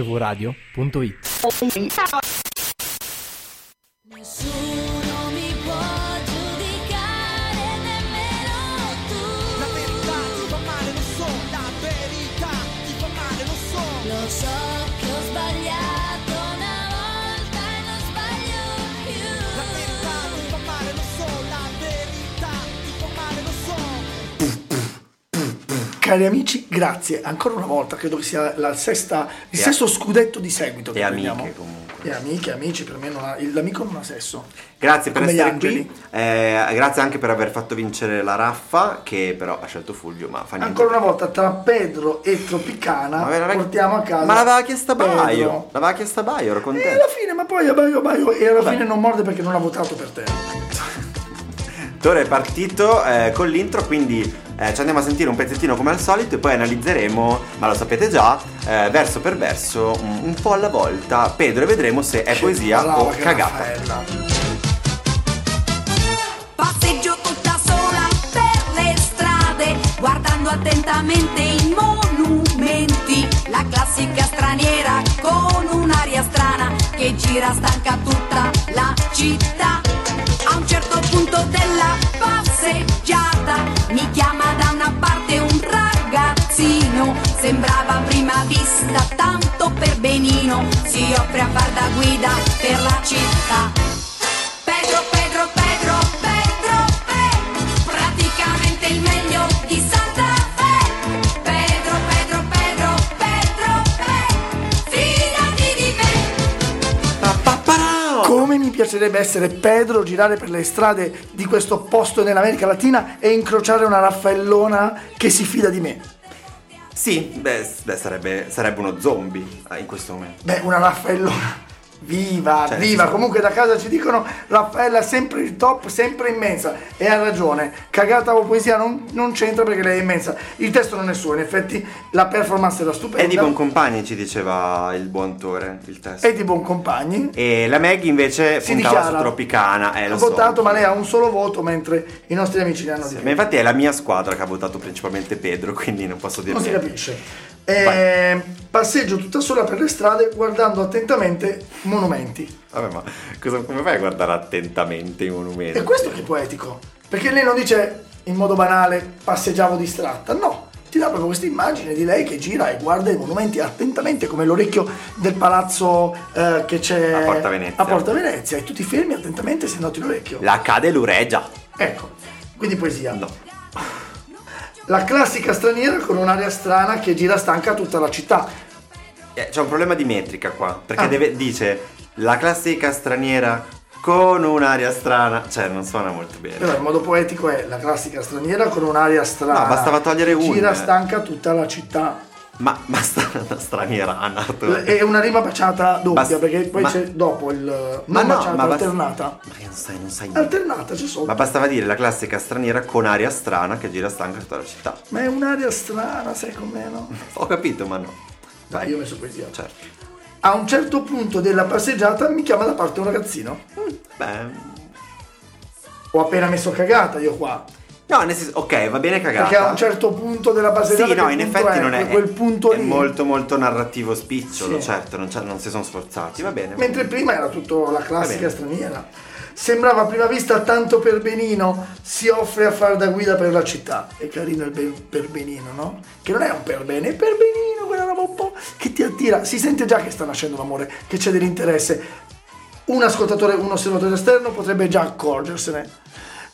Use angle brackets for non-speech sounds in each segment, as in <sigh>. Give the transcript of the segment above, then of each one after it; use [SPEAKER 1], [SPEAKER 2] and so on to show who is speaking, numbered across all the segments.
[SPEAKER 1] mvradio.it.
[SPEAKER 2] Nessuno mi può giudicare, nemmeno tu.
[SPEAKER 3] La verità ti fa male, lo so, la verità ti fa male, lo so.
[SPEAKER 2] Lo so che ho sbagliato una volta e non sbaglio
[SPEAKER 3] La verità ti
[SPEAKER 2] più.
[SPEAKER 3] fa male, lo so, la verità ti fa male, lo so.
[SPEAKER 4] Cari amici, grazie ancora una volta. Credo che sia la sesta, il
[SPEAKER 5] E a-
[SPEAKER 4] sesto scudetto di seguito.
[SPEAKER 5] E
[SPEAKER 4] che
[SPEAKER 5] amiche
[SPEAKER 4] prendiamo.
[SPEAKER 5] comunque.
[SPEAKER 4] E amiche, amici, per me non ha, il- l'amico non ha sesso.
[SPEAKER 5] Grazie per
[SPEAKER 4] Come gli
[SPEAKER 5] essere
[SPEAKER 4] angeli.
[SPEAKER 5] qui. eh, grazie anche per aver fatto vincere la raffa, che però ha scelto Fulvio, ma fa niente.
[SPEAKER 4] Ancora una volta, tra Pedro e Tropicana,
[SPEAKER 5] Ma ve l'aveva-
[SPEAKER 4] portiamo a casa.
[SPEAKER 5] Ma l'aveva chiesta
[SPEAKER 4] Pedro. Eh,
[SPEAKER 5] Baio. L'aveva chiesta Baio, ero
[SPEAKER 4] E alla
[SPEAKER 5] contento.
[SPEAKER 4] fine, ma poi Baio Baio e alla
[SPEAKER 5] Vabbè.
[SPEAKER 4] fine non morde perché non ha votato per te.
[SPEAKER 5] Ora è partito eh, con l'intro, quindi eh, ci andiamo a sentire un pezzettino come al solito e poi analizzeremo, ma lo sapete già, eh, verso per verso, un, un po' alla volta, Pedro e vedremo se è poesia
[SPEAKER 4] Brava,
[SPEAKER 5] o
[SPEAKER 4] che
[SPEAKER 5] cagata.
[SPEAKER 4] Raffaella.
[SPEAKER 6] Passeggio tutta sola per le strade, guardando attentamente i monumenti. La classica straniera con un'aria strana che gira stanca tutta la città. A un certo punto della passeggiata mi chiama da una parte un ragazzino. Sembrava a prima vista tanto per benino, si offre a far da guida per la città. Pedro, Pedro, Pedro, Pedro, Pe, praticamente il meglio di Santa Fe. Pedro, Pedro, Pedro, Pedro, Pe, fidati di me.
[SPEAKER 5] Oh.
[SPEAKER 4] Come mi piacerebbe essere Pedro, girare per le strade di questo posto nell'America Latina e incrociare una Raffaellona che si fida di me.
[SPEAKER 5] Sì, beh, s- beh, sarebbe, sarebbe uno zombie eh, in questo momento.
[SPEAKER 4] Beh, una Raffaellona. Viva,
[SPEAKER 5] Cioè,
[SPEAKER 4] viva!
[SPEAKER 5] sì.
[SPEAKER 4] Comunque da casa ci dicono Raffaella è sempre il top, sempre immensa. E ha ragione, cagata o poesia non, non c'entra perché lei è immensa. Il testo non è suo, in effetti la performance era stupenda.
[SPEAKER 5] E di buon compagni ci diceva il buon Tore, il testo.
[SPEAKER 4] e di Boncompagni.
[SPEAKER 5] E la Maggie invece
[SPEAKER 4] Si
[SPEAKER 5] puntava
[SPEAKER 4] dichiara.
[SPEAKER 5] su Tropicana. Eh,
[SPEAKER 4] ha
[SPEAKER 5] lo so.
[SPEAKER 4] votato, ma lei ha un solo voto, mentre i nostri amici ne hanno di
[SPEAKER 5] Sì,
[SPEAKER 4] più.
[SPEAKER 5] Ma infatti è la mia squadra che ha votato principalmente Pedro, <laughs> quindi non posso dire
[SPEAKER 4] Non si
[SPEAKER 5] niente.
[SPEAKER 4] capisce. Eh, passeggio tutta sola per le strade guardando attentamente monumenti.
[SPEAKER 5] Vabbè, ma cosa- come fai a guardare attentamente i monumenti?
[SPEAKER 4] E questo che è poetico, perché lei non dice in modo banale passeggiavo distratta, no, ti dà proprio questa immagine di lei che gira e guarda i monumenti attentamente come l'orecchio del palazzo eh, che c'è
[SPEAKER 5] A Porta Venezia.
[SPEAKER 4] a Porta Venezia e tu ti fermi attentamente se noti l'orecchio.
[SPEAKER 5] La cade l'uregia.
[SPEAKER 4] Ecco, quindi poesia.
[SPEAKER 5] No.
[SPEAKER 4] La classica straniera con un'aria strana che gira stanca tutta la città.
[SPEAKER 5] Eh, C'è un problema di metrica qua, perché
[SPEAKER 4] Ah.
[SPEAKER 5] deve- dice la classica straniera con un'aria strana. Cioè, non suona molto bene.
[SPEAKER 4] Però in modo poetico è la classica straniera con un'aria strana.
[SPEAKER 5] No, bastava togliere un. eh.
[SPEAKER 4] Gira stanca tutta la città.
[SPEAKER 5] Ma, ma sta <laughs> una stranierana. Arturo.
[SPEAKER 4] L- È una rima baciata doppia,
[SPEAKER 5] Esatto. Bas-
[SPEAKER 4] perché poi
[SPEAKER 5] ma-
[SPEAKER 4] c'è dopo il. Non
[SPEAKER 5] Ma no,
[SPEAKER 4] baciata,
[SPEAKER 5] ma bas-
[SPEAKER 4] alternata.
[SPEAKER 5] Ma che non sai, non sai niente.
[SPEAKER 4] Alternata c'è solo.
[SPEAKER 5] Ma bastava dire la classica straniera con aria strana che gira stanca tutta la città.
[SPEAKER 4] Ma è un'aria strana, sai com'è, no?
[SPEAKER 5] <laughs> Ho capito, ma no. Vai.
[SPEAKER 4] Io ho messo poesia. cioè.
[SPEAKER 5] Certo.
[SPEAKER 4] A un certo punto della passeggiata mi chiama da parte un ragazzino.
[SPEAKER 5] Beh.
[SPEAKER 4] Ho appena messo cagata io qua.
[SPEAKER 5] No, nel senso, ok, va bene cagata.
[SPEAKER 4] Perché a un certo punto della passeggiata.
[SPEAKER 5] Sì, no,
[SPEAKER 4] che
[SPEAKER 5] in
[SPEAKER 4] punto
[SPEAKER 5] effetti non è.
[SPEAKER 4] Quel punto
[SPEAKER 5] è
[SPEAKER 4] lì.
[SPEAKER 5] molto molto narrativo spicciolo,
[SPEAKER 4] Sì.
[SPEAKER 5] certo, non, c'è- non si sono sforzati, va bene.
[SPEAKER 4] Mentre prima era tutto la
[SPEAKER 5] Va
[SPEAKER 4] classica
[SPEAKER 5] bene.
[SPEAKER 4] straniera. Sembrava a prima vista tanto per Benino, si offre a far da guida per la città. È carino il be- per Benino, no? Che non è un per bene, è per Benino, quella roba un po' che ti attira. Si sente già che sta nascendo l'amore, che c'è dell'interesse. Un ascoltatore, un osservatore esterno potrebbe già accorgersene.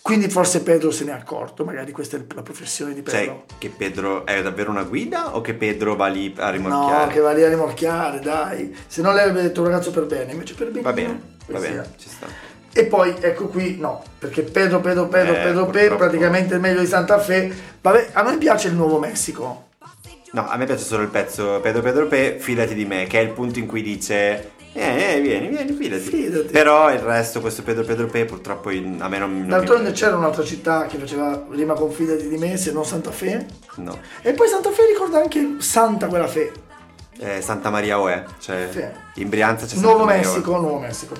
[SPEAKER 4] Quindi forse Pedro se ne è accorto, magari questa è la professione di Pedro.
[SPEAKER 5] Cioè, che Pedro è davvero una guida o che Pedro va lì a rimorchiare?
[SPEAKER 4] No, che va lì a rimorchiare, dai. Se no lei avrebbe detto un ragazzo per bene, invece per bene.
[SPEAKER 5] Va
[SPEAKER 4] no.
[SPEAKER 5] bene, va
[SPEAKER 4] Poesia.
[SPEAKER 5] bene, ci sta.
[SPEAKER 4] E poi ecco qui no, perché Pedro, Pedro, Pedro,
[SPEAKER 5] Eh,
[SPEAKER 4] Pedro, Pedro,
[SPEAKER 5] purtroppo.
[SPEAKER 4] praticamente il meglio di Santa Fe. Vabbè, a noi piace il Nuovo Messico.
[SPEAKER 5] No, a me piace solo il pezzo Pedro Pedro Pe, fidati di me, che è il punto in cui dice eh, eh, vieni, vieni, fidati.
[SPEAKER 4] Fidati.
[SPEAKER 5] Però il resto, questo Pedro Pedro Pe, purtroppo in- a me non, non mi
[SPEAKER 4] D'altronde
[SPEAKER 5] piace.
[SPEAKER 4] c'era un'altra città che faceva rima con fidati di me, se non Santa Fe.
[SPEAKER 5] No.
[SPEAKER 4] E poi Santa Fe ricorda anche Santa quella Fe.
[SPEAKER 5] Eh, Santa Maria Oe, cioè
[SPEAKER 4] Sì.
[SPEAKER 5] in Brianza c'è Santa
[SPEAKER 4] Nuovo
[SPEAKER 5] Maria
[SPEAKER 4] Messico, Nuovo Messico.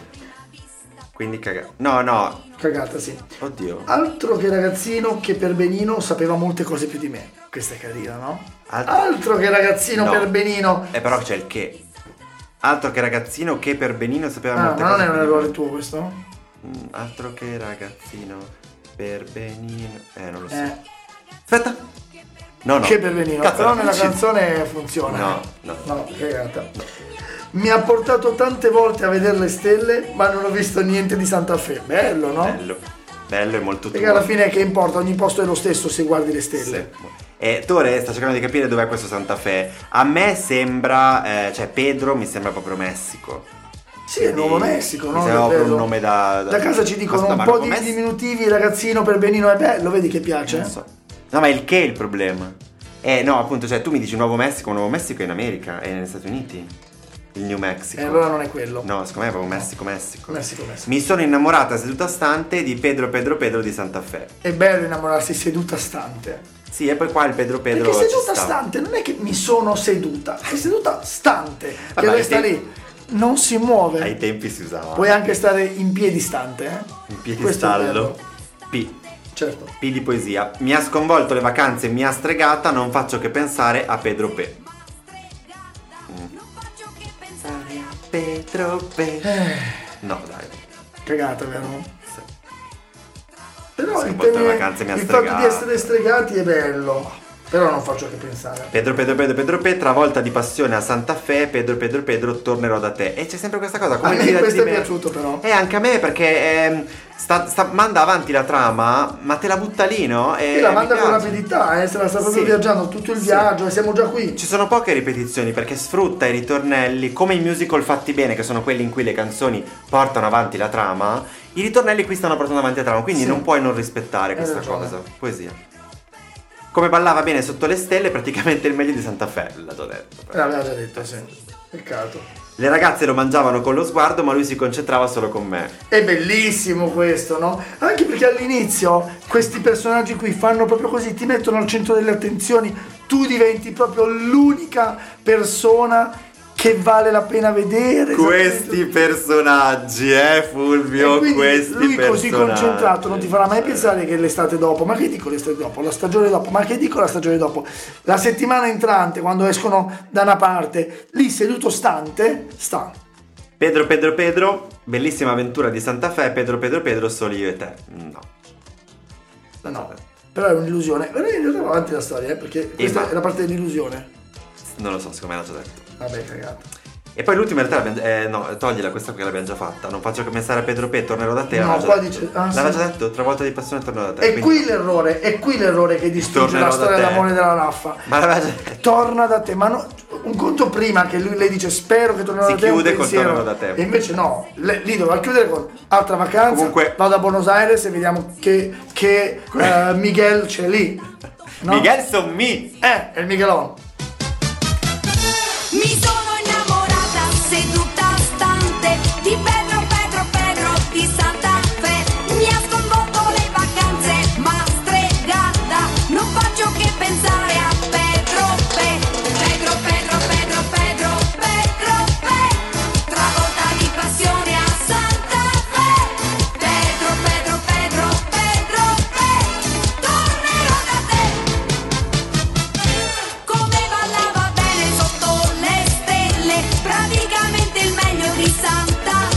[SPEAKER 5] Oe. Quindi cagare. No, no,
[SPEAKER 4] Cagata, sì.
[SPEAKER 5] oddio.
[SPEAKER 4] Altro che ragazzino che per Benino sapeva molte cose più di me. Questa è carina, no?
[SPEAKER 5] Alt-
[SPEAKER 4] Altro che ragazzino
[SPEAKER 5] No.
[SPEAKER 4] per Benino.
[SPEAKER 5] Eh, però c'è il che. Altro che ragazzino che per Benino sapeva
[SPEAKER 4] Ah,
[SPEAKER 5] molte
[SPEAKER 4] ma non
[SPEAKER 5] cose.
[SPEAKER 4] è un
[SPEAKER 5] di
[SPEAKER 4] errore
[SPEAKER 5] lui.
[SPEAKER 4] tuo questo?
[SPEAKER 5] Mm, Altro che ragazzino per Benino. Eh, non lo so.
[SPEAKER 4] Eh.
[SPEAKER 5] Aspetta. No, no.
[SPEAKER 4] Che pervenino.
[SPEAKER 5] Cazzo,
[SPEAKER 4] Però
[SPEAKER 5] <laughs>
[SPEAKER 4] nella
[SPEAKER 5] ci-
[SPEAKER 4] canzone funziona.
[SPEAKER 5] No, no.
[SPEAKER 4] No, cagata. Mi ha portato tante volte a vedere le stelle, ma non ho visto niente di Santa Fe. Bello, no?
[SPEAKER 5] Bello. Bello e molto
[SPEAKER 4] Perché
[SPEAKER 5] tuo.
[SPEAKER 4] alla fine che importa, ogni posto è lo stesso se guardi le stelle.
[SPEAKER 5] Sì. E Tore sta cercando di capire dov'è questo Santa Fe. A me sembra, eh, cioè Pedro mi sembra proprio Messico.
[SPEAKER 4] Sì, è Nuovo Messico, no?
[SPEAKER 5] Mi sembra proprio
[SPEAKER 4] Davvero.
[SPEAKER 5] un nome da...
[SPEAKER 4] Da casa ci dicono
[SPEAKER 5] da
[SPEAKER 4] un
[SPEAKER 5] Marco
[SPEAKER 4] po' di
[SPEAKER 5] Messi?
[SPEAKER 4] diminutivi, ragazzino per benino è bello, vedi che piace? eh?
[SPEAKER 5] Non so. No, ma il che è il problema? Eh no, appunto, cioè tu mi dici Nuovo Messico, Nuovo Messico è in America, è negli Stati Uniti. Il New Mexico.
[SPEAKER 4] E Eh, allora non è quello.
[SPEAKER 5] No, secondo me è proprio Messico, Messico.
[SPEAKER 4] Messico, Messico.
[SPEAKER 5] Mi sono innamorata seduta stante di Pedro Pedro Pedro di Santa Fe.
[SPEAKER 4] È bello innamorarsi seduta stante.
[SPEAKER 5] Sì, e poi qua il Pedro Pedro
[SPEAKER 4] Perché
[SPEAKER 5] ci
[SPEAKER 4] seduta
[SPEAKER 5] sta.
[SPEAKER 4] stante non è che mi sono seduta, è seduta stante, che
[SPEAKER 5] Vabbè,
[SPEAKER 4] resta
[SPEAKER 5] ai te-
[SPEAKER 4] lì, non si muove.
[SPEAKER 5] Ai tempi si usava.
[SPEAKER 4] Puoi anche stare in piedi stante, eh?
[SPEAKER 5] In
[SPEAKER 4] Questo è bello.
[SPEAKER 5] piedistallo. P.
[SPEAKER 4] Certo.
[SPEAKER 5] P di poesia. Mi ha sconvolto le vacanze, mi ha stregata, non faccio che pensare a Pedro P.
[SPEAKER 6] Non faccio che pensare a
[SPEAKER 5] Pedro P. Eh. No, dai.
[SPEAKER 4] Cagata, vero?
[SPEAKER 5] Sì.
[SPEAKER 4] Però
[SPEAKER 5] Sì,
[SPEAKER 4] il,
[SPEAKER 5] un po' di
[SPEAKER 4] teme-
[SPEAKER 5] vacanze mi ha
[SPEAKER 4] il fatto di
[SPEAKER 5] stregato.
[SPEAKER 4] essere stregati è bello. Però non faccio che pensare.
[SPEAKER 5] Pedro Pedro Pedro Pedro P, travolta di passione a Santa Fe, Pedro Pedro Pedro, tornerò da te. E c'è sempre questa cosa,
[SPEAKER 4] A
[SPEAKER 5] come
[SPEAKER 4] me
[SPEAKER 5] dire Eh,
[SPEAKER 4] questo è
[SPEAKER 5] di me.
[SPEAKER 4] piaciuto però.
[SPEAKER 5] E anche a me perché ehm, sta- sta- manda avanti la trama, ma te la butta lì, no? E,
[SPEAKER 4] E la
[SPEAKER 5] mi
[SPEAKER 4] manda con
[SPEAKER 5] piace.
[SPEAKER 4] rapidità, eh, se la sta proprio
[SPEAKER 5] Sì.
[SPEAKER 4] viaggiando tutto il
[SPEAKER 5] Sì.
[SPEAKER 4] viaggio e siamo già qui.
[SPEAKER 5] Ci sono poche ripetizioni perché sfrutta i ritornelli, come i musical fatti bene, che sono quelli in cui le canzoni portano avanti la trama, i ritornelli qui stanno portando avanti la trama, quindi
[SPEAKER 4] Sì.
[SPEAKER 5] non puoi non rispettare
[SPEAKER 4] Hai
[SPEAKER 5] questa
[SPEAKER 4] ragione.
[SPEAKER 5] cosa. Poesia. Come ballava bene sotto le stelle, praticamente il meglio di Santa Fe, l'ho già detto.
[SPEAKER 4] Eh, L'aveva già detto, sì. Peccato.
[SPEAKER 5] Le ragazze lo mangiavano con lo sguardo, ma lui si concentrava solo con me.
[SPEAKER 4] È bellissimo questo, no? Anche perché all'inizio questi personaggi qui fanno proprio così, ti mettono al centro delle attenzioni, tu diventi proprio l'unica persona che vale la pena vedere.
[SPEAKER 5] Questi personaggi, eh Fulvio,
[SPEAKER 4] E quindi
[SPEAKER 5] questi
[SPEAKER 4] lui così
[SPEAKER 5] personaggi.
[SPEAKER 4] concentrato non ti farà mai pensare che l'estate dopo, ma che dico l'estate dopo, la stagione dopo, ma che dico la stagione dopo, la settimana entrante quando escono da una parte, lì seduto stante, sta.
[SPEAKER 5] Pedro Pedro Pedro, bellissima avventura di Santa Fe, Pedro Pedro Pedro, soli io e te. No.
[SPEAKER 4] No, però è un'illusione. Però in realtà va avanti la storia, eh, perché questa
[SPEAKER 5] ma-
[SPEAKER 4] è la parte dell'illusione.
[SPEAKER 5] Non lo so, secondo me l'ho già detto.
[SPEAKER 4] Vabbè, cagato.
[SPEAKER 5] E poi l'ultima in realtà l'abbiamo- eh, no, toglila questa che l'abbiamo già fatta. Non faccio che pensare a Pedro P, tornerò da te.
[SPEAKER 4] No,
[SPEAKER 5] l'aveva già
[SPEAKER 4] qua
[SPEAKER 5] detto.
[SPEAKER 4] dice- ah,
[SPEAKER 5] L'aveva
[SPEAKER 4] sì.
[SPEAKER 5] già detto, travolta di passione tornerò da te.
[SPEAKER 4] È
[SPEAKER 5] quindi-
[SPEAKER 4] qui l'errore, è qui l'errore che distrugge
[SPEAKER 5] Tornerò
[SPEAKER 4] la
[SPEAKER 5] da
[SPEAKER 4] storia
[SPEAKER 5] te.
[SPEAKER 4] d'amore della raffa.
[SPEAKER 5] Ma l'aveva già detto.
[SPEAKER 4] Torna da te, ma no- un conto prima che lui lei dice spero che tornerò
[SPEAKER 5] Si
[SPEAKER 4] da te. è un
[SPEAKER 5] chiude col
[SPEAKER 4] pensiero.
[SPEAKER 5] tornerò da te.
[SPEAKER 4] E invece no, le- lì doveva chiudere con altra vacanza.
[SPEAKER 5] Comunque-
[SPEAKER 4] vado a Buenos Aires e vediamo che, che eh, Miguel c'è lì. No?
[SPEAKER 5] Miguel Sommi!
[SPEAKER 4] Eh, è il Miguelon.
[SPEAKER 6] Mi sono innamorata seduta stante di Pedro, Pedro, Pedro di Santa Fe. Mi ha sconvolto le vacanze, ma stregata. Non faccio che pensare a Pedro, Pe. Pedro, Pedro, Pedro, Pedro, Pedro, Pe. Travolta di passione a Santa Fe. Pedro, Pedro, Pedro, Pedro, Pe. Tornerò da te. Come ballava bene sotto le stelle, praticamente il meglio di Santa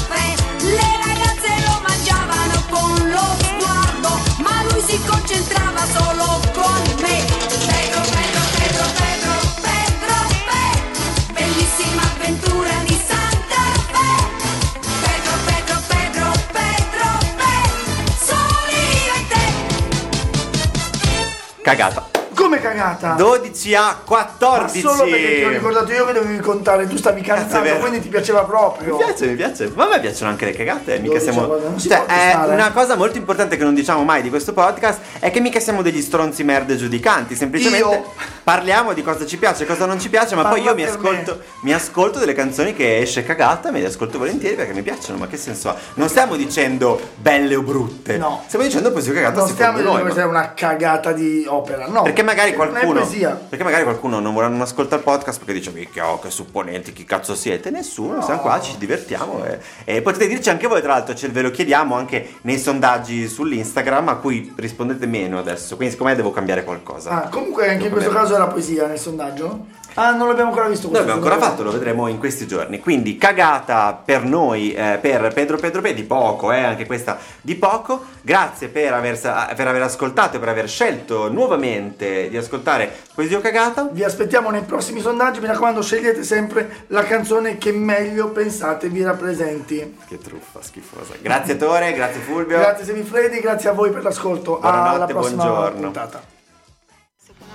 [SPEAKER 6] Fe. Le ragazze lo mangiavano con lo sguardo, ma lui si concentrava solo con me. Pedro, Pedro, Pedro, Pedro, Pedro, Pe, bellissima avventura di Santa Fe. Pedro, Pedro, Pedro, Pedro, Pe, solo io e te.
[SPEAKER 5] Cagata.
[SPEAKER 4] Come cagata?
[SPEAKER 5] 12 a
[SPEAKER 4] Ah. Ma
[SPEAKER 5] 14!
[SPEAKER 4] solo perché ti ho ricordato io che dovevi contare, tu stavi cantando,
[SPEAKER 5] vero.
[SPEAKER 4] quindi ti piaceva proprio.
[SPEAKER 5] Mi piace, mi piace. Ma a me piacciono anche le cagate. Mica
[SPEAKER 4] 12
[SPEAKER 5] siamo...
[SPEAKER 4] guarda, non si
[SPEAKER 5] Cioè,
[SPEAKER 4] può
[SPEAKER 5] è
[SPEAKER 4] stare.
[SPEAKER 5] una cosa molto importante che non diciamo mai di questo podcast è che mica siamo degli stronzi merde giudicanti. Semplicemente
[SPEAKER 4] Io-
[SPEAKER 5] parliamo di cosa ci piace, cosa non ci piace, ma
[SPEAKER 4] Parla
[SPEAKER 5] poi io mi
[SPEAKER 4] per
[SPEAKER 5] ascolto, mi ascolto delle canzoni che esce cagata, me le ascolto volentieri perché mi piacciono. Ma che senso ha? Non stiamo dicendo belle o brutte.
[SPEAKER 4] No.
[SPEAKER 5] Stiamo dicendo poesia cagata
[SPEAKER 4] Non stiamo
[SPEAKER 5] secondo
[SPEAKER 4] dicendo
[SPEAKER 5] noi.
[SPEAKER 4] che
[SPEAKER 5] ma-
[SPEAKER 4] questa è una cagata di opera, no.
[SPEAKER 5] Perché magari
[SPEAKER 4] Oh, Non è
[SPEAKER 5] qualcuno.
[SPEAKER 4] poesia.
[SPEAKER 5] Perché magari qualcuno non vorrà non ascolta il podcast perché dice Micchia, oh, che supponenti, chi cazzo siete? Nessuno, siamo qua, ci divertiamo. E, e potete dirci anche voi, tra l'altro, ce ve lo chiediamo anche nei sondaggi sull'Instagram a cui rispondete meno adesso. Quindi, siccome devo cambiare qualcosa.
[SPEAKER 4] Ah, comunque anche in
[SPEAKER 5] Devo
[SPEAKER 4] questo
[SPEAKER 5] cambiare.
[SPEAKER 4] caso è la poesia nel sondaggio? Ah, non l'abbiamo ancora visto.
[SPEAKER 5] Noi
[SPEAKER 4] questo
[SPEAKER 5] abbiamo ancora
[SPEAKER 4] film.
[SPEAKER 5] fatto, lo vedremo in questi giorni. Quindi cagata per noi, eh, per Pedro Pedro Pe, di poco, eh, anche questa di poco. Grazie per aver, sa- per aver ascoltato e per aver scelto nuovamente di ascoltare Poesia Cagata.
[SPEAKER 4] Vi aspettiamo nei prossimi sondaggi. Mi raccomando, scegliete sempre la canzone che meglio pensate vi rappresenti.
[SPEAKER 5] Che truffa schifosa. Grazie Tore, grazie Fulvio.
[SPEAKER 4] Grazie Semifreddi, grazie a voi per l'ascolto.
[SPEAKER 5] Buonanotte,
[SPEAKER 4] Alla prossima
[SPEAKER 5] buongiorno.
[SPEAKER 4] puntata.
[SPEAKER 1] Secondo